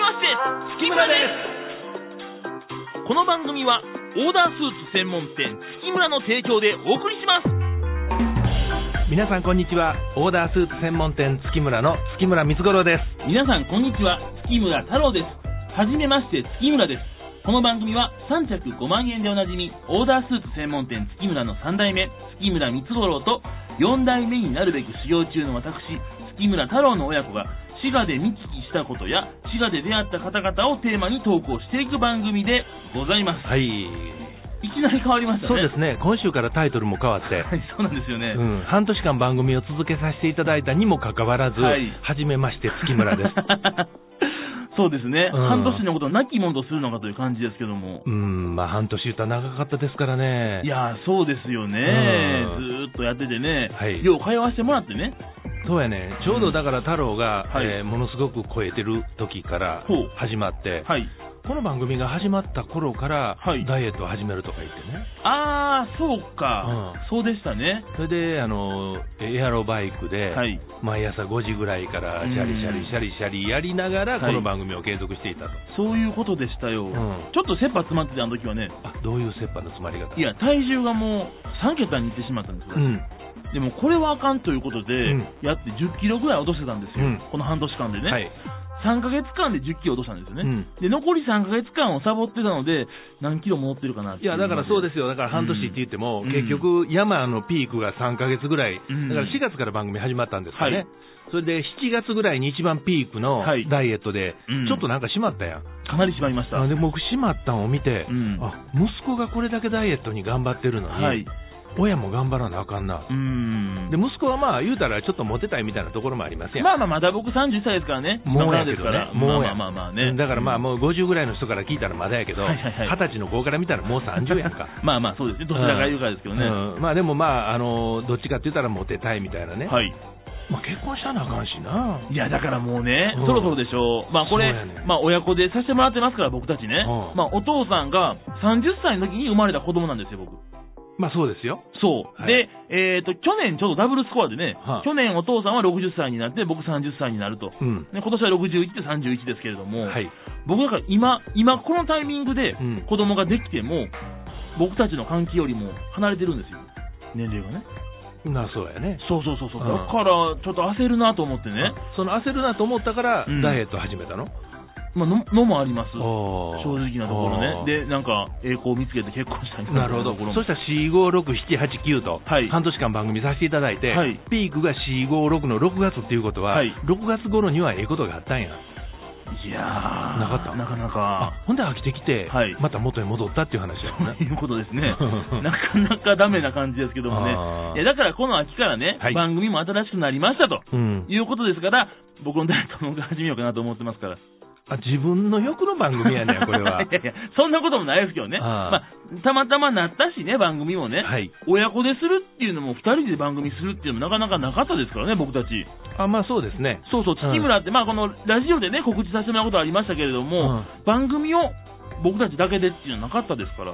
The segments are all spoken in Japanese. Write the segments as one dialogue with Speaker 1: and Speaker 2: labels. Speaker 1: 月村ですこの番組はオーダースーツ専門店月村の提供でお送りします
Speaker 2: 皆さんこんにちはオーダースーツ専門店月村の月村光五郎です
Speaker 3: 皆さんこんにちは月村太郎ですはじめまして月村ですこの番組は3着5万円でおなじみオーダースーツ専門店月村の3代目月村光五郎と4代目になるべく修行中の私月村太郎の親子が滋賀で見聞きしたことや滋賀で出会った方々をテーマに投稿していく番組でございます、
Speaker 2: はい
Speaker 3: い、きなり変わりましたね
Speaker 2: そうですね今週からタイトルも変わっ
Speaker 3: は
Speaker 2: て、
Speaker 3: いそうなんですよね、
Speaker 2: うん、半年間番組を続けさせていただいたにもかかわらず、
Speaker 3: は
Speaker 2: はいじめまして月村です
Speaker 3: そうですね、
Speaker 2: うん
Speaker 3: 半年のことをなきものとするのかという感じですけども
Speaker 2: う、んまあ半年言ったら長かったですからね
Speaker 3: いやー、そうですよね、
Speaker 2: うん
Speaker 3: ずーっとやっててね、
Speaker 2: はい
Speaker 3: よう会話してもらってね、
Speaker 2: そうやねちょうどだから太郎が、
Speaker 3: うん
Speaker 2: えーものすごく超えてる時から
Speaker 3: ほう
Speaker 2: 始まって、
Speaker 3: はい、
Speaker 2: この番組が始まった頃から、
Speaker 3: はい
Speaker 2: ダイエットを始めるとか言ってね
Speaker 3: あー、そうか、そうでしたね、
Speaker 2: それであのエアロバイクで、
Speaker 3: はい、
Speaker 2: 毎朝5時ぐらいから
Speaker 3: うん
Speaker 2: シャリシャリシャリシャリやりながら
Speaker 3: は
Speaker 2: こ
Speaker 3: い
Speaker 2: の番組を継続していたと、
Speaker 3: そういうことでしたよ、
Speaker 2: ん
Speaker 3: ちょっと切羽詰まってて、あの時はね、
Speaker 2: あどういう切羽の詰まり方
Speaker 3: いや、体重がもう3桁にいってしまったんですよ、
Speaker 2: うん
Speaker 3: でもこれはあかんということで、
Speaker 2: ん
Speaker 3: やって10キロぐらい落としてたんですよ、
Speaker 2: うん
Speaker 3: この半年間でね。
Speaker 2: はい、
Speaker 3: 3ヶ月間で10キロ落としたんですよね、
Speaker 2: うん
Speaker 3: で残り3ヶ月間をサボってたので、何キロ戻ってるかなって
Speaker 2: いやだからそうです
Speaker 3: よ、
Speaker 2: よ、だから半年って言っても、
Speaker 3: うん
Speaker 2: 結局、山のピークが3ヶ月ぐらい、
Speaker 3: うん
Speaker 2: だから4月から番組始まったんですかね、
Speaker 3: はい
Speaker 2: それで7月ぐらいに一番ピークの
Speaker 3: はい
Speaker 2: ダイエットで、
Speaker 3: うん
Speaker 2: ちょっとなんか閉まったやん、
Speaker 3: かなり縛りました、
Speaker 2: あで僕、閉まったんを見て、
Speaker 3: うん
Speaker 2: あ息子がこれだけダイエットに頑張ってるのに、
Speaker 3: はい、
Speaker 2: 親も頑張らなあかんな
Speaker 3: う、ん
Speaker 2: で息子はまあ言うたら、ちょっとモテたいみたいなところもありますやん。
Speaker 3: まあまあ、まだ僕30歳ですからね、
Speaker 2: もうやけ
Speaker 3: です
Speaker 2: ど
Speaker 3: から、
Speaker 2: ね、もうや、
Speaker 3: まあまあまあね、
Speaker 2: だからまあ、
Speaker 3: うん
Speaker 2: もう50ぐらいの人から聞いたらまだやけど、
Speaker 3: はいはいはい
Speaker 2: 20歳の子から見たらもう30やんか、
Speaker 3: まあまあ、そうですね、どちらから言うかですけどね、
Speaker 2: うんまあでもまああのどっちかって言ったらモテたいみたいなね、
Speaker 3: はい、
Speaker 2: まあ、結婚したなあかんしない
Speaker 3: や、だからもうね、
Speaker 2: うん
Speaker 3: そろそろでしょう、まあこれ、
Speaker 2: そうやね
Speaker 3: まあ親子でさせてもらってますから、僕たちね、
Speaker 2: うん
Speaker 3: まあお父さんが30歳の時に生まれた子供なんですよ、僕。
Speaker 2: まあそうですよ
Speaker 3: そう。
Speaker 2: はい
Speaker 3: で、えっ、と、去年ちょっとダブルスコアでね、
Speaker 2: はい
Speaker 3: 去年お父さんは60歳になって、僕30歳になると。
Speaker 2: うん
Speaker 3: ね、今年は61って31ですけれども、
Speaker 2: はい
Speaker 3: 僕だから今、今このタイミングで
Speaker 2: うん
Speaker 3: 子供ができても、僕たちの関係よりも離れてるんですよ。年齢がね。
Speaker 2: まあそうやね
Speaker 3: そうそうそうそう。
Speaker 2: うん
Speaker 3: だから、ちょっと焦るなと思ってね。
Speaker 2: その焦るなと思ったから
Speaker 3: うん
Speaker 2: ダイエット始めたの、
Speaker 3: まあの、のもあります。正
Speaker 2: おー
Speaker 3: 直なところ
Speaker 2: おー
Speaker 3: ね。で、なんか、栄光を見つけて結婚したい
Speaker 2: なるほど
Speaker 3: ところも
Speaker 2: そしたら456789と
Speaker 3: はい
Speaker 2: 半年間番組させていただいて、
Speaker 3: はい
Speaker 2: ピークが456の6月っていうことは、
Speaker 3: はい
Speaker 2: 6月頃にはええことがあったんや
Speaker 3: いやー、
Speaker 2: なかった
Speaker 3: なかな
Speaker 2: あ
Speaker 3: か。
Speaker 2: ほんで飽きてきて、
Speaker 3: はい
Speaker 2: また元に戻ったっていう話やもんな
Speaker 3: ということですね。 なかなかダメな感じですけども
Speaker 2: あー
Speaker 3: ね。いや、だからこの秋からね、
Speaker 2: はい
Speaker 3: 番組も新しくなりましたと。
Speaker 2: うん
Speaker 3: いうことですから、僕のダイエットも始めようかなと思ってますから。
Speaker 2: あ自分の欲の番組 やねんこれはい
Speaker 3: やいや、そんなこともないですけどね。ま
Speaker 2: あ
Speaker 3: あ、たまたまなったしね、番組もね。
Speaker 2: はい
Speaker 3: 親子でするっていうのも、二人で番組するっていうのもなかなかなかったですからね、僕たち。
Speaker 2: あまあそうですね
Speaker 3: そうそう、月村って、まあこのラジオでね、告知させてもらうことありましたけれども、番組を僕たちだけでっていうのはなかったですから。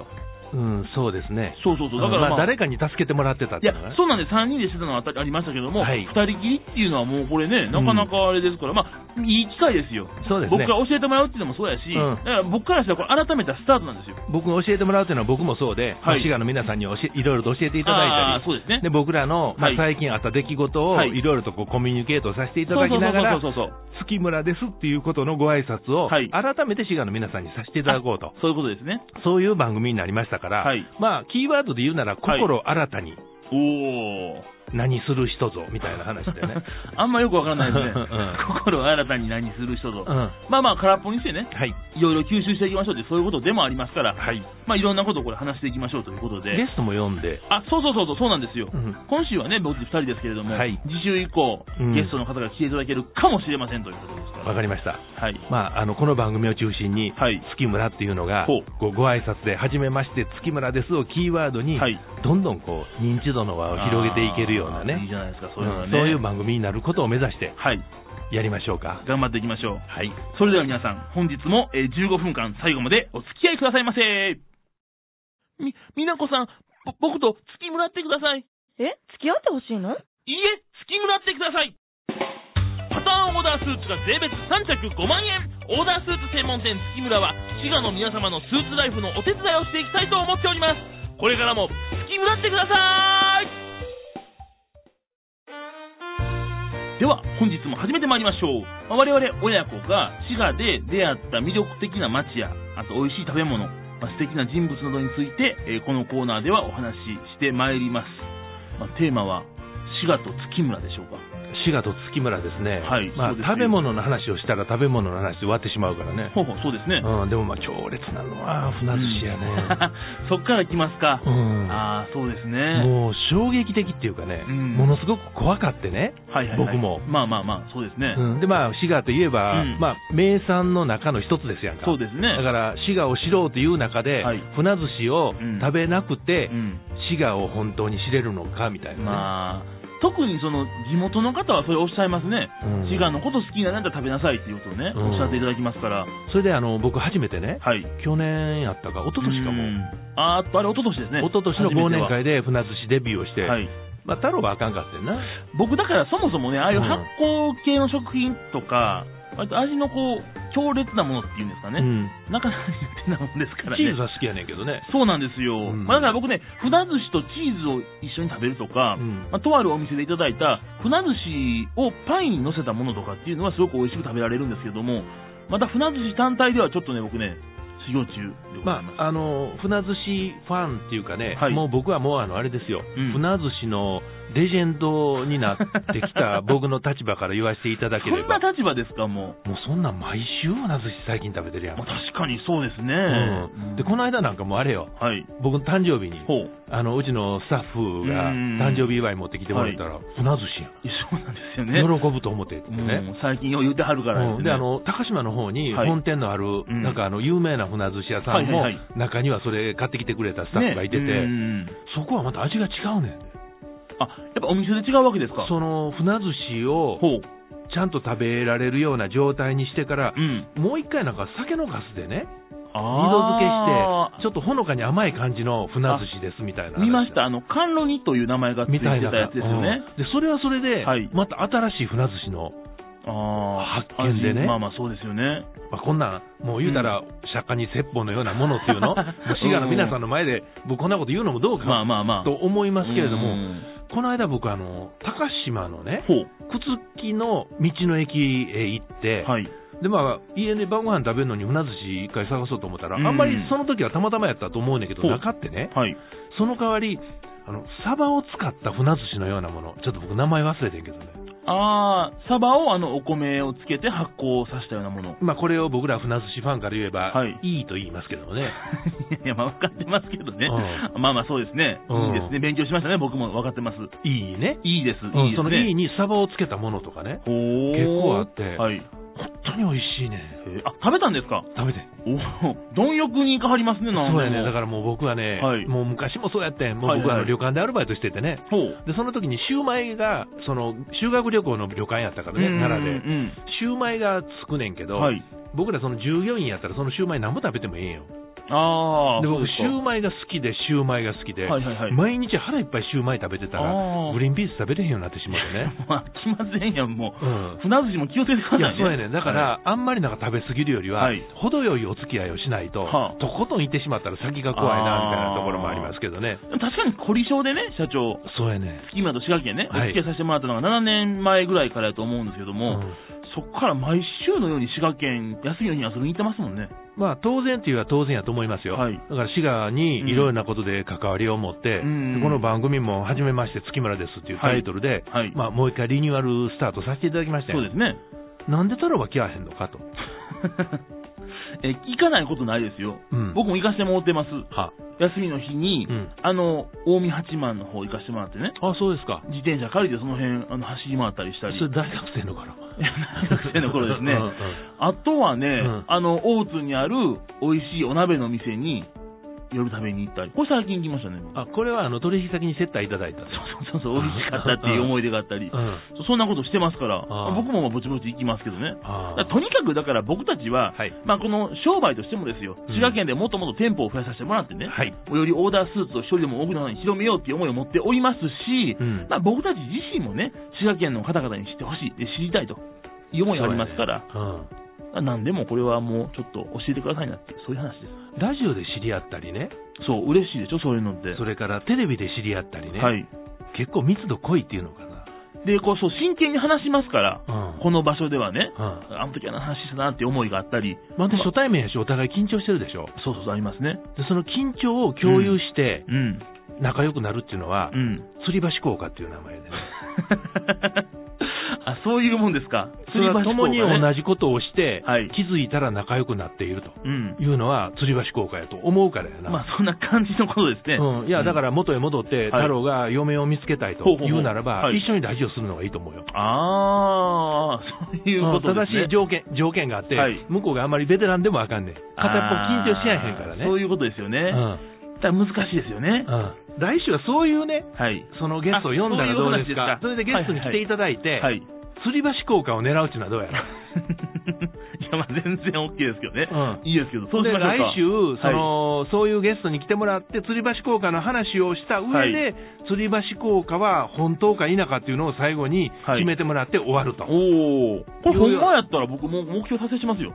Speaker 2: うんそうですね
Speaker 3: そうそうそう。だから、
Speaker 2: ま
Speaker 3: ま
Speaker 2: あ、
Speaker 3: あ、
Speaker 2: 誰かに助けてもらってたっ
Speaker 3: い
Speaker 2: てい
Speaker 3: や
Speaker 2: うのがね、
Speaker 3: そうなんです、3人でしてたのはあたありましたけども、
Speaker 2: はい
Speaker 3: 2人きりっていうのはもうこれね、なかなかあれですから、まあ、いい機会ですよ、
Speaker 2: そうです
Speaker 3: 僕
Speaker 2: ね
Speaker 3: から教えてもらうっていうのもそうやし、
Speaker 2: うん
Speaker 3: だから僕からしたらこれ改めたスタートなんですよ。
Speaker 2: 僕が教えてもらうというのは僕もそうで、まあ
Speaker 3: はい
Speaker 2: 滋賀の皆さんに教えいろいろと教えていただ
Speaker 3: あ
Speaker 2: い
Speaker 3: ー
Speaker 2: たり
Speaker 3: そう ですね
Speaker 2: で僕らの、ま
Speaker 3: は
Speaker 2: あ、
Speaker 3: い
Speaker 2: 最近あった出来事を
Speaker 3: はい
Speaker 2: いろいろとこうコミュニケートさせてい
Speaker 3: そ
Speaker 2: た
Speaker 3: う
Speaker 2: だ
Speaker 3: そ
Speaker 2: き
Speaker 3: うそ
Speaker 2: ながら
Speaker 3: うそうそう
Speaker 2: 月村ですっていうことのご挨拶を、
Speaker 3: はい
Speaker 2: 改めて滋賀の皆さんにさせていただこうと
Speaker 3: そういうことですね。
Speaker 2: そういう番組になりましたから、
Speaker 3: はい
Speaker 2: まあキーワードで言うなら
Speaker 3: はい
Speaker 2: 心新たに
Speaker 3: おー
Speaker 2: 何する人ぞみたいな話で ね、
Speaker 3: あんまよくわからないですね
Speaker 2: う、
Speaker 3: 心を新たに何する人ぞ、
Speaker 2: うん、は
Speaker 3: まあまあ、空っぽにしてね、
Speaker 2: い
Speaker 3: いろいろ吸収していきましょうって、そういうことでもありますから、
Speaker 2: はい
Speaker 3: まあ、いろんなことをこれ、話していきましょうということ
Speaker 2: ゲストも読んで
Speaker 3: あそうそうそうそうそうなんですよ、
Speaker 2: うん
Speaker 3: 今週はね僕2人ですけれども、
Speaker 2: はい
Speaker 3: 次週以降、
Speaker 2: うん
Speaker 3: ゲストの方が来ていただけるかもしれませんということですから
Speaker 2: わかりました
Speaker 3: はい
Speaker 2: まあ、あのこの番組を中心に、
Speaker 3: はい
Speaker 2: 月村っていうのが
Speaker 3: ほう
Speaker 2: こうご挨拶で「はじめまして月村です」をキーワードに、
Speaker 3: はい
Speaker 2: どんどんこう認知度の輪を広げていけるような
Speaker 3: あーいい
Speaker 2: ね
Speaker 3: じゃないですかそういうのは
Speaker 2: うん
Speaker 3: ね、
Speaker 2: そういう番組になることを目指して
Speaker 3: はい
Speaker 2: やりましょうか。
Speaker 3: 頑張っていきましょう
Speaker 2: はい
Speaker 3: それでは皆さん本日も、えー15分間最後までお付き合いくださいませみみなこさんぼ僕と月村ってください
Speaker 4: え付き合ってほしいの
Speaker 3: いいえ、月村ってくださいパターンオーダースーツが税別3着5万円
Speaker 1: オーダースーツ専門店月村は滋賀の皆様のスーツライフのお手伝いをしていきたいと思っておりますこれからも月村ってくださいでは本日も始めてまいりましょうまあ我々親子が滋賀で出会った魅力的な街やあと美味しい食べ物、まあ、素敵な人物などについて、えーこのコーナーではお話ししてまいります、まあ、テーマは滋賀と月村でしょうか
Speaker 2: 滋賀と月村ですね、
Speaker 3: はい
Speaker 2: まあ、
Speaker 3: そうですよ
Speaker 2: 食べ物の話をしたら食べ物の話で終わってしまうからね、
Speaker 3: ほうほうそうですね、
Speaker 2: うん、でもまあ強烈なのは船寿司やね、
Speaker 3: そっから来ますか、
Speaker 2: うん
Speaker 3: ああそうですね
Speaker 2: もう衝撃的っていうかね、
Speaker 3: うん
Speaker 2: ものすごく怖かってね、
Speaker 3: はいはい、はい、
Speaker 2: 僕も
Speaker 3: まあまあまあそうですね、
Speaker 2: うん、でまあ滋賀といえば、
Speaker 3: うん
Speaker 2: まあ、名産の中の一つですやんか
Speaker 3: そうですね
Speaker 2: だから滋賀を知ろうという中で、
Speaker 3: はい
Speaker 2: 船寿司を
Speaker 3: うん
Speaker 2: 食べなくて、
Speaker 3: うん
Speaker 2: 滋賀を本当に知れるのかみたいなね、
Speaker 3: まあ特にその地元の方はそれおっしゃいますね、
Speaker 2: うん
Speaker 3: 滋賀のこと好きにならんだら食べなさいっていうことをね、
Speaker 2: うん
Speaker 3: おっしゃっていただきますから、
Speaker 2: それであの僕初めてね
Speaker 3: はい。
Speaker 2: 去年やったか一昨年かも、
Speaker 3: うんあーっと、あれ、一昨年ですね。
Speaker 2: 一昨年の忘年会で船寿司デビューをして、
Speaker 3: 初めては。はい。
Speaker 2: まあ、太郎はあかんかってんな、
Speaker 3: 僕、だからそもそもね、ああいう
Speaker 2: うん
Speaker 3: 発酵系の食品とか、割と味のこう、強烈なものっていうんですかね。
Speaker 2: うん
Speaker 3: なかなか苦手なもんですから
Speaker 2: チーズ
Speaker 3: ね。
Speaker 2: は好きやねんけどね、
Speaker 3: そうなんですよ。
Speaker 2: うん
Speaker 3: まあ、だから僕ね、船寿司とチーズを一緒に食べるとか、
Speaker 2: うん
Speaker 3: まあ、とあるお店でいただいた船寿司をパインに乗せたものとかっていうのはすごく美味しく食べられるんですけども、また船寿司単体ではちょっとね、僕ね、修行中でござい
Speaker 2: ま
Speaker 3: ます。
Speaker 2: あ、あの船寿司ファンっていうかね、
Speaker 3: はい
Speaker 2: もう僕はもうあのあれですよ、
Speaker 3: うん
Speaker 2: 船寿司のレジェンドになって きた僕の立場から言わせていただけれ
Speaker 3: そんな
Speaker 2: ば、
Speaker 3: 立場ですか、もう。
Speaker 2: もうそんなん毎週船寿司最近食べてるやん
Speaker 3: まあ、。確かにそうですね。
Speaker 2: うんでこの間なんかもうあれよ、
Speaker 3: はい。
Speaker 2: 僕の誕生日に
Speaker 3: ほう。
Speaker 2: あのうちのスタッフが
Speaker 3: うん
Speaker 2: 誕生日祝い持ってきてもらったら、船寿司やん
Speaker 3: いやそうなんですよね。
Speaker 2: 喜ぶと思ってってね、
Speaker 3: もう最近よう言ってはるから
Speaker 2: うんであの高島の方に
Speaker 3: はい
Speaker 2: 本店のある、
Speaker 3: うん
Speaker 2: なんかあの有名な船寿司屋さんも、
Speaker 3: はいはいは
Speaker 2: 中にはそれ買ってきてくれたスタッフがいてて、
Speaker 3: ねうん
Speaker 2: そこはまた味が違うねん
Speaker 3: あ、やっぱお店で違うわけですか
Speaker 2: その船寿司を
Speaker 3: ほう。
Speaker 2: ちゃんと食べられるような状態にしてから
Speaker 3: う、ん。
Speaker 2: もう一回なんか酒のガスでね二度漬け
Speaker 3: あ
Speaker 2: してちょっとほのかに甘い感じの船寿司ですみたいな話
Speaker 3: 見ました。あの、甘露煮という名前がつい
Speaker 2: み
Speaker 3: てた
Speaker 2: たいな
Speaker 3: やつですよね。
Speaker 2: うんでそれはそれで、
Speaker 3: はい
Speaker 2: また新しい船寿司の、
Speaker 3: ああ、
Speaker 2: 発見でね
Speaker 3: まあまあそうですよね。
Speaker 2: まあ、こんなんもう言うたら、釈迦に説法のようなものっ ていうのもう滋賀の皆さんの前で僕こんなこと言うのもどうか、
Speaker 3: まあまあまあ。
Speaker 2: と思いますけれど
Speaker 3: う
Speaker 2: も、
Speaker 3: ん
Speaker 2: この間僕あの、高島のね、
Speaker 3: ほ
Speaker 2: 靴木の道の駅へ行って、
Speaker 3: う。はい。
Speaker 2: でまあ、家で晩ご飯食べるのに船寿司一回探そうと思ったら、
Speaker 3: うん
Speaker 2: あんまりその時はたまたまやったと思うねんだけど、
Speaker 3: ほう
Speaker 2: なかってね、
Speaker 3: はい。
Speaker 2: その代わり、あのサバを使った船寿司のようなもの、ちょっと僕、名前忘れてんけどね、
Speaker 3: ああ、サバをあの、お米をつけて発酵させたようなもの。
Speaker 2: まあ、これを僕ら船寿司ファンから言えば、
Speaker 3: はい
Speaker 2: い、いと言いますけどもね、
Speaker 3: いや、まあ、分かってますけどね。
Speaker 2: う
Speaker 3: まあまあ、そうですね。
Speaker 2: うん
Speaker 3: いいですね。勉強しましたね。僕も分かってます。
Speaker 2: いいね、
Speaker 3: いいです。
Speaker 2: うん
Speaker 3: いいで
Speaker 2: そ
Speaker 3: す
Speaker 2: のいい
Speaker 3: ね。
Speaker 2: にサバをつけたものとかね、
Speaker 3: ほー
Speaker 2: 結構あって
Speaker 3: はい。
Speaker 2: 本当に美味しいね、
Speaker 3: えーあ、食べたんですか
Speaker 2: 食べて。
Speaker 3: おお、貪欲に行かはりますね、なん
Speaker 2: そうやね、だ
Speaker 3: か
Speaker 2: からもう僕はね、
Speaker 3: はい
Speaker 2: もう昔もそうやってん、も
Speaker 3: は
Speaker 2: う僕
Speaker 3: い
Speaker 2: は
Speaker 3: は
Speaker 2: あの
Speaker 3: い
Speaker 2: 旅館でアルバイトしててね、
Speaker 3: ら。ほう。
Speaker 2: でその時にシューマイが、その修学旅行の旅館やったからね、奈良で、
Speaker 3: うん
Speaker 2: シューマイがつくねんけ
Speaker 3: う
Speaker 2: ど、
Speaker 3: ん。はい。
Speaker 2: 僕らその従業員やったら、そのシューマイ何も食べてもええんよ、
Speaker 3: ああ。
Speaker 2: で僕、シュー
Speaker 3: 週
Speaker 2: マイが好きで、シューマイが好きで、
Speaker 3: はいはいはい。
Speaker 2: 毎日腹いっぱいシューマイ食べてたら、
Speaker 3: あー
Speaker 2: グリーンピース食べれへんようになってしまって ね。
Speaker 3: まあ、気まずいんやん、も
Speaker 2: う
Speaker 3: う。
Speaker 2: ん
Speaker 3: 船寿司も気をつけてください
Speaker 2: いや
Speaker 3: ね。
Speaker 2: そうやねだから、
Speaker 3: はい、
Speaker 2: あんまりなんか食べ過ぎるよりは、
Speaker 3: はい
Speaker 2: 程よいお付き合いをしないと、
Speaker 3: はあ
Speaker 2: とことん行ってしまったら先が怖いなみたいなところもありますけどね、
Speaker 3: でも確かに、凝り性でね、社長。
Speaker 2: そうやね、
Speaker 3: 今と滋賀県ね、お
Speaker 2: はい
Speaker 3: 付き合いさせてもらったのが7年前ぐらいからやと思うんですけども、
Speaker 2: うん
Speaker 3: そこから毎週のように滋賀県、休みの日に遊びに行ってますもんね。
Speaker 2: まあ、当然というは当然やと思いますよ、
Speaker 3: はい
Speaker 2: だから滋賀にいろいろなことで関わりを持って、
Speaker 3: うん
Speaker 2: でこの番組も初めまして、月村ですっていうタイトルで、
Speaker 3: はい。
Speaker 2: まあ、もう一回リニューアルスタートさせていただきました
Speaker 3: そう
Speaker 2: よ、
Speaker 3: ですね。
Speaker 2: なんで太郎は来やへんのかと、
Speaker 3: え、行かないことないですよ。
Speaker 2: うん
Speaker 3: 僕も行かしてもらってます。
Speaker 2: は
Speaker 3: 休みの日に、
Speaker 2: うん
Speaker 3: あの、近江八幡の方行かしてもらってね、
Speaker 2: あそうですか、
Speaker 3: 自転車借りてその辺、あの、走り回ったりし
Speaker 2: そ
Speaker 3: た り。
Speaker 2: れ大学生の頃
Speaker 3: 学生の頃ですね
Speaker 2: うんうん
Speaker 3: あとはね、
Speaker 2: ん
Speaker 3: あの、大津にある美味しいお鍋の店に、夜食べに行ったり。これ最近行きましたね。僕
Speaker 2: あこれはあの取引先に接待いただいたんです
Speaker 3: そうそうそうそう、 美味しかったっていう思い出があったり
Speaker 2: う。ん
Speaker 3: そうそんなことしてますから、
Speaker 2: あー
Speaker 3: 僕もまあぼちぼち行きますけどね。
Speaker 2: あ
Speaker 3: だからとにかくだから僕たちは、
Speaker 2: はい
Speaker 3: まあこの商売としてもですよ、
Speaker 2: うん
Speaker 3: 滋賀県でもっともっと店舗を増やさせてもらってね、
Speaker 2: はい
Speaker 3: よりオーダースーツを一人でも多くの方に広めようっていう思いを持っておりますし、
Speaker 2: うん
Speaker 3: まあ僕たち自身もね、滋賀県の方々に知ってほしい、で知りたいという思いがありますから、
Speaker 2: うん
Speaker 3: まあ何でもこれはもうちょっと教えてくださいなって、そういう話で
Speaker 2: ラジオで知り合ったりね、
Speaker 3: す。そう、嬉しいでしょ、そういうのって。
Speaker 2: それからテレビで知り合ったりね、
Speaker 3: はい。
Speaker 2: 結構密度濃いっていうのかな。
Speaker 3: で、こう、そう、真剣に話しますから、
Speaker 2: うん
Speaker 3: この場所ではね、
Speaker 2: うん
Speaker 3: あの時あの話したなっていう思いがあったり、
Speaker 2: また
Speaker 3: まあ
Speaker 2: 初対面やし、お互い緊張してるでしょ。
Speaker 3: そうそうそう、ありますね。
Speaker 2: でその緊張を共有して
Speaker 3: うん。
Speaker 2: 仲良くなるっていうのは
Speaker 3: う、 ん。
Speaker 2: 吊り橋効果っていう名前 でね。
Speaker 3: あ、そういうもんですか。
Speaker 2: それは共に同
Speaker 3: じ。
Speaker 2: じことをして、
Speaker 3: はい
Speaker 2: 気づいたら仲良くなっていると
Speaker 3: うん。
Speaker 2: いうのは、吊り橋効果やと思うからやな。
Speaker 3: まあ、そんな感じのことですね。
Speaker 2: うん、いや、だから元へ戻って、太郎が嫁を見つけたいと
Speaker 3: ほうほうほう
Speaker 2: 言うならば、
Speaker 3: はい
Speaker 2: 一緒にラジオするのがいいと思うよ。
Speaker 3: ああ、そういうことですね。
Speaker 2: 正しい条件条件があって、
Speaker 3: はい
Speaker 2: 向こうがあんまりベテランでもあかんねん。片っぽ緊張しやへんからね。
Speaker 3: あーそういうことですよね。だから難しいですよね
Speaker 2: う。ん。うん。来週はそういうね、
Speaker 3: はい。
Speaker 2: そのゲストを読んだらどうです
Speaker 3: あ
Speaker 2: か。
Speaker 3: そ
Speaker 2: そう
Speaker 3: いう話ですか
Speaker 2: れでゲストに来ていただいて、
Speaker 3: はい。い
Speaker 2: 吊り橋効果を狙うっていうのはどうやろ。
Speaker 3: や、まあ全然 OK ですけどね。
Speaker 2: うん
Speaker 3: いいですけど、そうし
Speaker 2: で
Speaker 3: ましょうか
Speaker 2: 来週、その、そういうゲストに来てもらって、吊り橋効果の話をした上で、
Speaker 3: はい
Speaker 2: 吊り橋効果は本当か否かっていうのを最後に
Speaker 3: はい
Speaker 2: 決めてもらって終わると。
Speaker 3: おお。これほんまやったら僕も目標達成しますよ。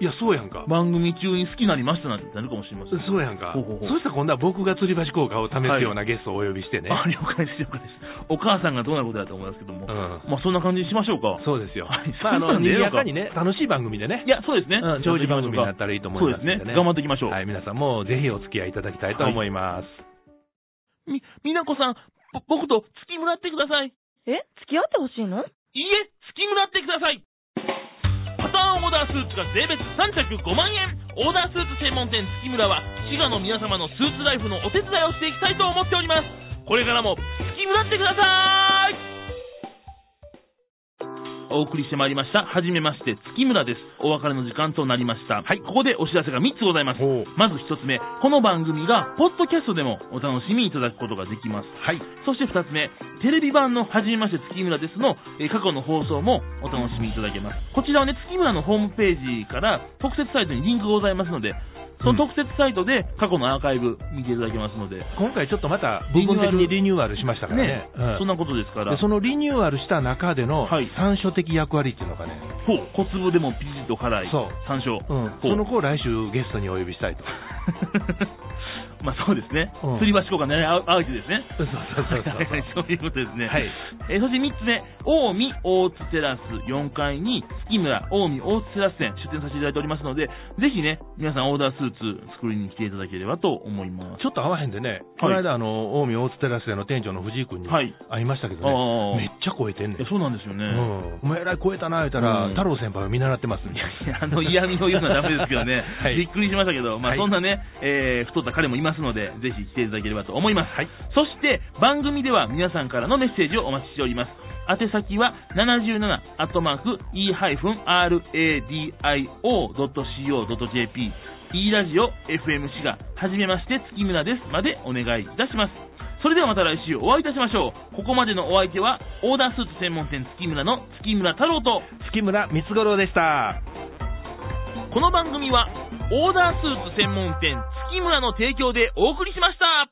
Speaker 2: いや、そうやんか。
Speaker 3: 番組中に好きになりましたなんてなるかもしれません。
Speaker 2: そうやんか。
Speaker 3: ほうほうほう
Speaker 2: そしたら今度は僕が吊り橋効果を試すようなゲストをお呼びしてね。
Speaker 3: あ、了解です、了解です。お母さんがどうなることだと思いますけども。
Speaker 2: うん
Speaker 3: まあそんな感じにしましょうか。
Speaker 2: そうですよ。
Speaker 3: はい
Speaker 2: まあ、あ
Speaker 3: そ
Speaker 2: の、
Speaker 3: うなんで
Speaker 2: に
Speaker 3: ええ
Speaker 2: ぎ
Speaker 3: の
Speaker 2: や
Speaker 3: か
Speaker 2: かにね、楽しい番組でね
Speaker 3: い。や、そうですね。
Speaker 2: うん、長寿番組になったらいいと思いますんでね。
Speaker 3: そうですね頑張っていきましょう
Speaker 2: はい、皆さんもぜひお付き合いいただきたいと思います。
Speaker 3: み、みなこさん、ぼ僕と付きもらってください。
Speaker 5: え付き合ってほしいの
Speaker 3: いいえ、付きもらってください。パターンオーダースーツが税別3着5万円オーダースーツ専門店月村は滋賀の皆様のスーツライフのお手伝いをしていきたいと思っておりますこれからも月村ってくださいお送りしてまいりました。はじめまして、月村です。お別れの時間となりました。はい。ここでお知らせが3つございます。
Speaker 2: ほう
Speaker 3: まず1つ目、この番組が、ポッドキャストでもお楽しみいただくことができます。
Speaker 2: はい。
Speaker 3: そして2つ目、テレビ版のはじめまして月村ですの、えー過去の放送もお楽しみいただけます。こちらはね、月村のホームページから特設サイトにリンクがございますので、その特設サイトで過去のアーカイブ見ていただけますので、
Speaker 2: 今回ちょっとまた部分的にリニューアルしましたからね。
Speaker 3: ね、
Speaker 2: うん
Speaker 3: そんなことですから
Speaker 2: で、そのリニューアルした中での
Speaker 3: はい
Speaker 2: 三所的役割っていうのがね、
Speaker 3: ほう、小粒でもピリッと辛い、
Speaker 2: そう
Speaker 3: 山椒。
Speaker 2: うん、
Speaker 3: ほう
Speaker 2: その子を来週ゲストにお呼びした いと。
Speaker 3: まあそうですね、
Speaker 2: うん
Speaker 3: 吊り橋効果狙い合うわけですね。
Speaker 2: そうそうそうそう
Speaker 3: はいはいはいそういうことですね。
Speaker 2: はい
Speaker 3: えーそして3つ目、近江大津テラス4階に月村近江大津テラス店出店させていただいておりますので、ぜひね、皆さんオーダースーツ作りに来ていただければと思います。
Speaker 2: ちょっと会わへんでね、この間、あの、近江大津テラスでの店長の藤井君に
Speaker 3: はい
Speaker 2: 会いましたけどね、
Speaker 3: ああ
Speaker 2: めっちゃ超えてんねん
Speaker 3: いや。そうなんですよね。
Speaker 2: うん、お前ら超えたな、言うたら、
Speaker 3: うん
Speaker 2: 太郎先輩を見習ってますね。
Speaker 3: いやあの嫌味を言うのはダメですけどね、
Speaker 2: はい
Speaker 3: びっくりしましたけど、まあ、
Speaker 2: はい
Speaker 3: そんなね、えー太った彼もいますので、ぜひ来ていただければと思います。そして、番組では皆さんからのメッセージをお待ちしております。宛先は77アットマーク e-radio.co.jp e ラジオ FM 滋賀はじめまして月村ですまでお願いいたしますそれではまた来週お会いいたしましょうここまでのお相手はオーダースーツ専門店月村の月村太郎と
Speaker 2: 月村光五郎でした。
Speaker 3: この番組はオーダースーツ専門店月村の提供でお送りしました